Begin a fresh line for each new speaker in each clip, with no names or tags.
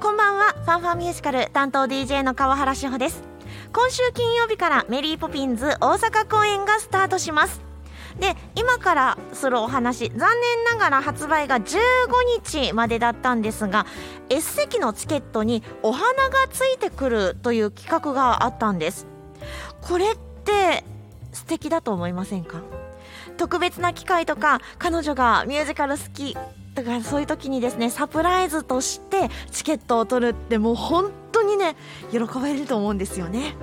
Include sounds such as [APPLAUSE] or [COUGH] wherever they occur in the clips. ファンファミュージカル担当 DJ の川原志保です今週金曜日からメリーポピンズ大阪公演がスタートしますで今からするお話残念ながら発売が15日までだったんですが S 席のチケットにお花がついてくるという企画があったんですこれって素敵だと思いませんか特別な機会とか彼女がミュージカル好きとかそういう時にですねサプライズとしてチケットを取るってもう本当にね喜ばれると思うんですよね。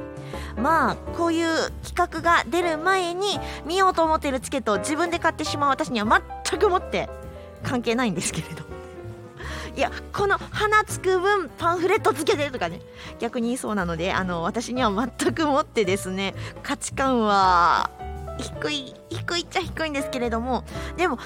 まあこういう企画が出る前に見ようと思っているチケットを自分で買ってしまう私には全くもって関係ないんですけれどいやこの花つく分パンフレットつけてとかね逆に言いそうなのであの私には全くもってですね価値観は低い低いっちゃ低いんですけれどもでも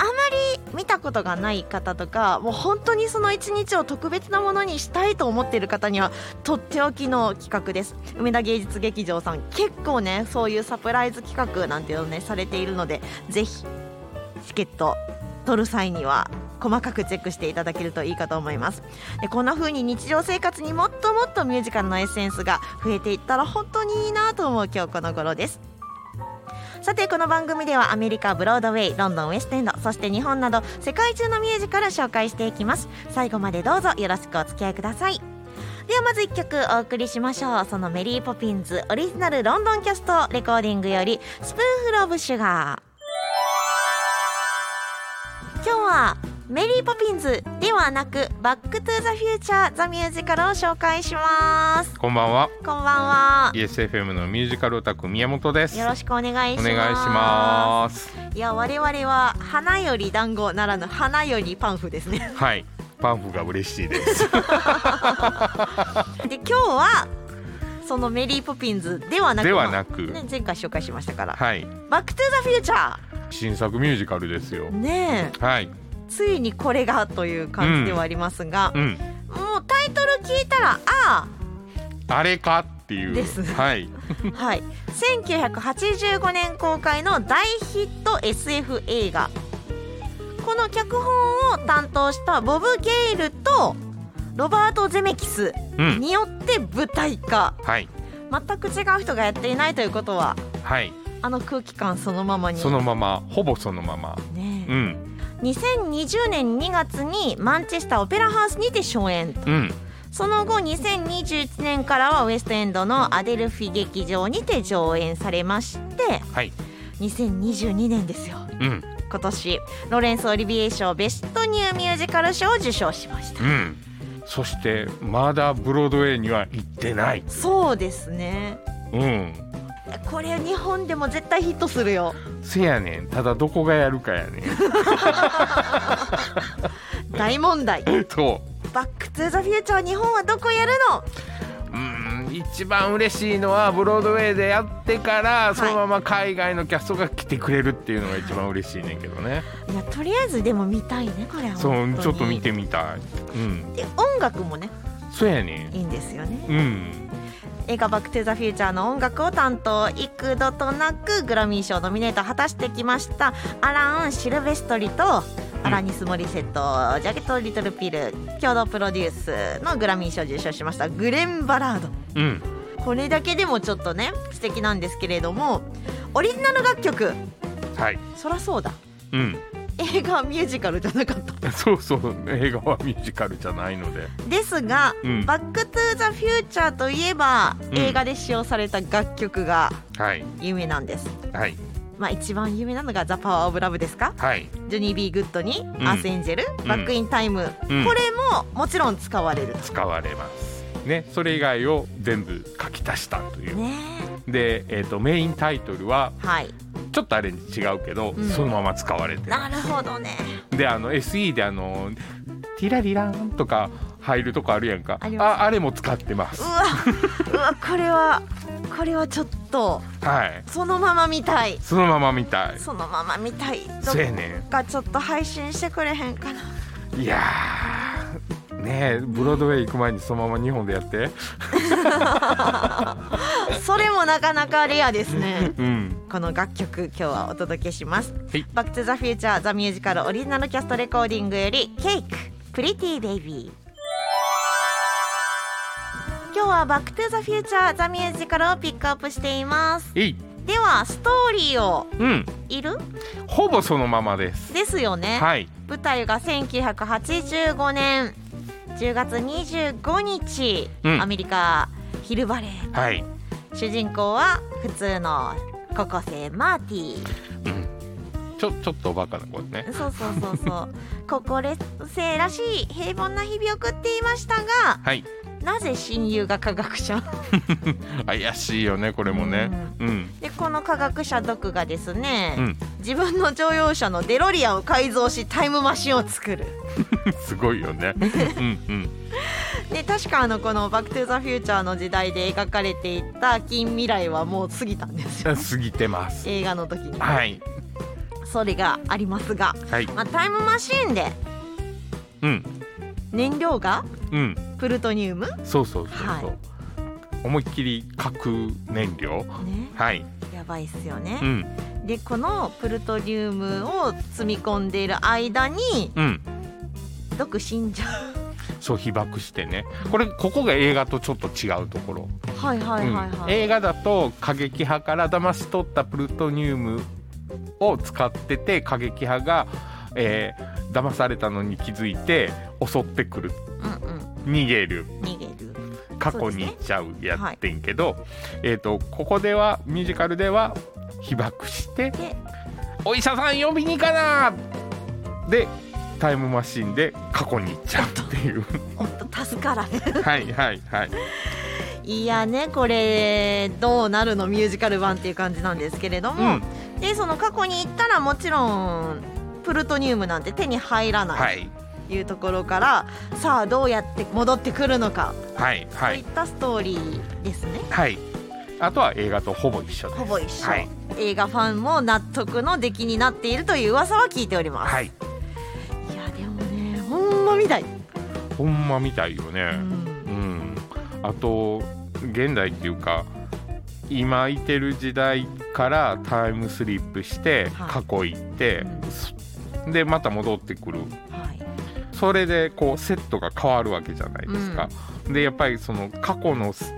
あまり見たことがない方とかもう本当にその一日を特別なものにしたいと思っている方にはとっておきの企画です梅田芸術劇場さん結構ねそういうサプライズ企画なんていうのねされているのでぜひチケット取る際には細かくチェックしていただけるといいかと思いますでこんな風に日常生活にもっともっとミュージカルのエッセンスが増えていったら本当にいいなと思う今日この頃ですさてこの番組ではアメリカブロードウェイロンドンウェストエンドそして日本など世界中のミュージカル紹介していきます最後までどうぞよろしくお付き合いくださいではまず1曲お送りしましょうそのメリーポピンズオリジナルロンドンキャストレコーディングよりスプーンフルオブシュガー今日はメリーポピンズではなくバックトゥザフューチャーザミュージカルを紹介します
こんばんは。
こんばんは
ESFM のミュージカルオタク宮本です。
よろしくお願いし
お
ます
願いします。
いや我々は花より団子ならぬ花よりパンフです
[LAUGHS]
ね
はい。パンフが嬉し
[LAUGHS]
いです。
で今日はそのメリーポピンズではなく
ではなく
ね、前回紹介しましたから
はい。
「バック・トゥ・ザ・フューチャ
新作ミュージカルですよ
ー」。ねえ
はい。
ついにこれがという感じではありますが、
うん。
もうタイトル聞いたら「あ
あれかっていう。
です
はい。
あ」はい1985年公開の大ヒット SF 映画この脚本を担当したボブ・ゲイルとロバート・ゼメキス
うん。
によって舞台化
はい。
全く違う人がやっていないということは
はい。
あの空気感そのままに
そのまま、ほぼそのまま。
ね
う
え、
ん。
2020年2月にマンチェスターオペラハウスにて初演
うん。
その後2021年からはウエストエンドのアデルフィ劇場にて上演されまして
はい。
2022年ですよ
うん。
今年ロレンス・オリビエ賞ベストニューミュージカル賞を受賞しました
うん。そして、まだブロードウェイには行ってない。
そうですね
うん。
これ日本でも絶対ヒットするよ
せやねん。ただ、どこがやるかやねん。
大問題
[LAUGHS] そう。
バックトゥザフューチャー日本はどこやるの
うん一番嬉しいのはブロードウェイでやってからそのまま海外のキャストが来てくれるっていうのが一番嬉しいねんけどね、
いやとりあえずでも見たいねこれは
そう
本当に
ちょっと見てみたいうん
で音楽もね
そうやね
いいんですよね
んうん
映画「バック・トゥ・ザ・フューチャー」の音楽を担当幾度となくグラミー賞ノミネートを果たしてきましたアラン・シルベストリとアラニス・モリセットジャケット・リトル・ピル共同プロデュースのグラミー賞を受賞しましたグレン・バラード
うん
これだけでもちょっとね素敵なんですけれどもオリジナル楽曲
はい
そらそうだ
うん [LAUGHS]
映画はミュージカルじゃなかった
そうそう映画はミュージカルじゃないので
ですが、
うん
バックトゥザフューチャーといえば、
ん
映画で使用された楽曲が
はい
有名なんです。
はい
まあ一番有名なのがザパワーオブラブですか？
はい
ジョニー・ビー・グッドに、
ん
アース・エンジェル、
ん
バック・イン・タイム、
うん
これももちろん使われる
使われますねそれ以外を全部書き足したとい
と。
う、
ね
で、えー、とメインタイトルは
え。はい。
ちょっとアレンジ違うけど、
うん
そのまま使われてる
なるほどね。
であの SE であの「ティラリラーン」とか入るとこあるやんか
あり
あ
ます
あれも使ってま
う
す
わ、うわこれはこれはちょっと
はい
そのまま見たい。
そのままみたい
そのまま見たい。どっ
そうやね
かちょっと配信してくれへんかな。
んいやーねえブロードウェイ行く前にそのまま日本でやって
それもなかなかレアですね。
うん
この楽曲今日はお届けします。
はい
バックトゥザフューチャーザミュージカルオリジナルキャストレコーディングよりケイクプリティベイビー。今日はバックトゥザフューチャーザミュージカルをピックアップしています
いい
ではストーリーを
うん
いる
ほぼそのままです
ですよね、
はい
舞台が1985年10月25日、
うん
アメリカヒルバレー
はい、
主人公は普通の高校生マーティ
うん、ちょちょっとおバカな子ね
そうそうそうそう高校生らしい平凡な日々を送っていましたが
はい
なぜ親友が科学者
怪しいよねこれもねうん
でこの科学者ドクがですね、
うん、 [LAUGHS]
自分の乗用車のデロリアンを改造しタイムマシンを作る
すごいよねうんうん
で確かあのこの「バック・トゥ・ザ・フューチャー」の時代で描かれていた近未来はもう過ぎたんですよ
過ぎてます
映画の時に
はい
それがありますが、
はい
まあ、タイムマシーンで
うん
燃料が
うん
プルトニウム、ね、
そうそうそうそう、思いっきり核燃料はい
やばいっすよ
う
ね、
ん
でこのプルトニウムを積み込んでいる間に
うん
毒死んじゃ
そう被爆してねこれここが映画とちょっと違うところ、
うはいはいはい
うん
はい、
映画だと過激派から騙し取ったプルトニウムを使ってて過激派が、えー騙されたのに気づいて襲ってくる
うんうん
逃げる
逃げる
過去に行っちゃうやってんけど、えー、とここではミュージカルでは被爆して
で
お医者さん呼びに行かなでタイムマシンで過去に行っちゃうって
[LAUGHS]
いう
おっと助からね
はいはいはい
[LAUGHS] いやねこれどうなるのミュージカル版っていう感じなんですけれど
う
も、
ん
でその過去に行ったらもちろんプルトニウムなんて手に入らな
はいい
というところから、さあどうやって戻ってくるのか、
はいは
とい
い
ったストーリーですね
はいあとは映画とほぼ一緒です
ほぼ一緒、
はい
映画ファンも納得の出来になっているという噂は聞いております、、
はいい
やでもねほんまみたい、
ほんまみたいよね、
うん
うん、あと現代っていうか今いてる時代からタイムスリップして
はい
過去行って、
うん
そでまた戻ってくる
はい、
それでこうセットが変わるわけじゃないですか、でやっぱりその過去のす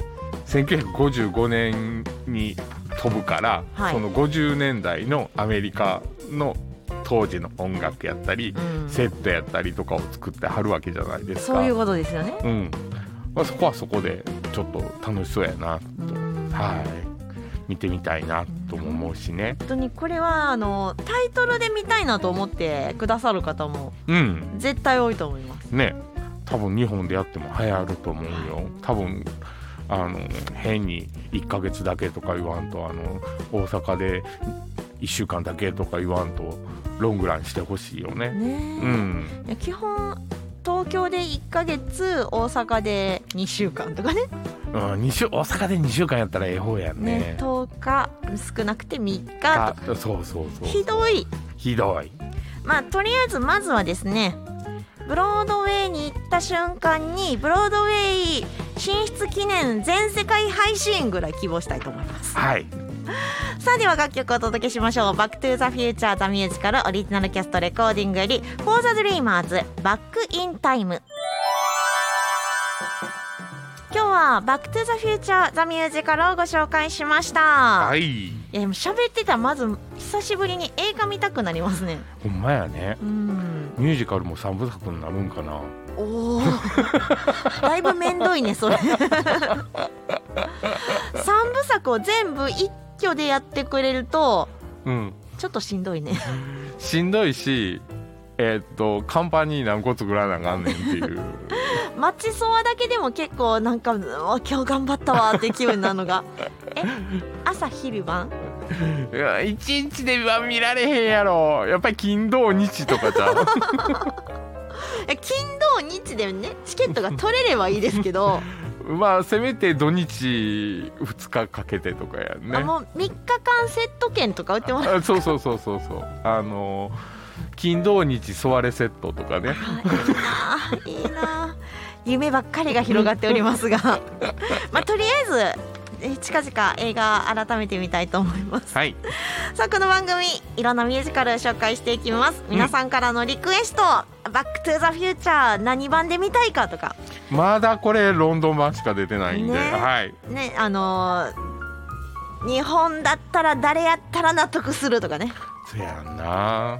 1955年に飛ぶから、
はい
その50年代のアメリカの当時の音楽やったり、
うん
セットやったりとかを作ってはるわけじゃないですか
そういうことですよね、
うんまあ、そこはそこでちょっと楽しそうやな、
うん
はい見てみたいなとも思うしね
本当にこれはあのタイトルで見たいなと思ってくださる方も
うん
絶対多いと思います
ね多分日本でやっても流行ると思うよ多分あの変に1ヶ月だけとか言わんとあの大阪で1週間だけとか言わんとロングランしてほしいよね
ねえ
うん
いや基本東京で1ヶ月大阪で2週間とかね
うん、二週大阪で2週間やったらええ方やん
ね
ね
10日少なくて3日と
あ
か
そうそうそう
ひどい
ひどい
まあとりあえずまずはですねブロードウェイに行った瞬間にブロードウェイ進出記念全世界配信ぐらい希望したいと思います
はい
さあでは楽曲をお届けしましょう「バック・トゥ・ザ・フューチャー・ザ・ミュージカル」オリジナルキャストレコーディングより「フォー・ザ・ドリーマーズ」「バック・イン・タイム」今日は「バック・トゥ・ザ・フューチャー・ザ・ミュージカル」をご紹介しました、、
はいい
やでも喋ってたらまず久しぶりに映画見たくなりますね
ほんまやね
うん
ミュージカルも三部作になるんかな
おおだいぶめんどいねそれ三部作を全部一挙でやってくれると
うん
ちょっとしんどいね
しんどいしえーっとカンパニー何個作らなあかんねんっていう
マチソワだけでも結構なんかうわ今日頑張ったわって気分なのがえ朝昼晩
いや一日では見られへんやろやっぱり金土日とかじゃん
え金土日でねチケットが取れればいいですけど、
まあせめて土日2日かけてとかやんね
あもう3日間セット券とか売ってもらう
あそうそうそうそうそうあのー金土日ソワレセットとか
あ
ね
[LAUGHS] いいなあいいなあ夢ばっかりが広がっておりますがまあとりあえずえ近々映画改めて見たいと思います
はい
さあこの番組いろんなミュージカルを紹介していきます皆さんからのリクエスト「バック・トゥ・ザ・フューチャー」何版で見たいかとか
まだこれロンドン版しか出てないんで、
ね
はい
ねあのー日本だったら誰やったら納得するとかね、
そやんな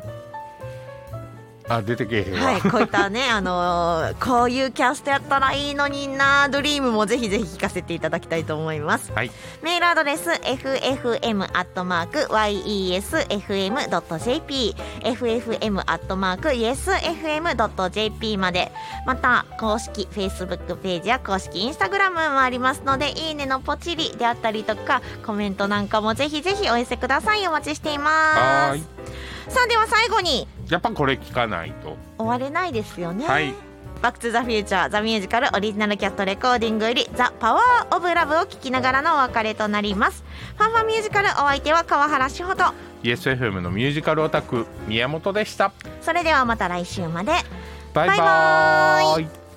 あ出てけえへんわ、
はい、こういったね、あのーこういうキャストやったらいいのになドリームもぜひぜひ聞かせていただきたいと思います
はい
メールアドレス ffm.yesfm.jp ffm.yesfm.jp までまた公式 Facebook ページや公式 Instagram もありますのでいいねのポチリであったりとかコメントなんかもぜひぜひお寄せくださいお待ちしていま
は
す
ーい
さあでは最後に
やっぱこれ聞かないと
終われないですよね
はい
バックトゥザフューチャーザミュージカルオリジナルキャットレコーディングよりザパワーオブラブを聞きながらのお別れとなりますファンファンミュージカルお相手は川原志穂と
ESFM のミュージカルオタク宮本でした
それではまた来週まで
バイ
バ
バ
イバー
ーイ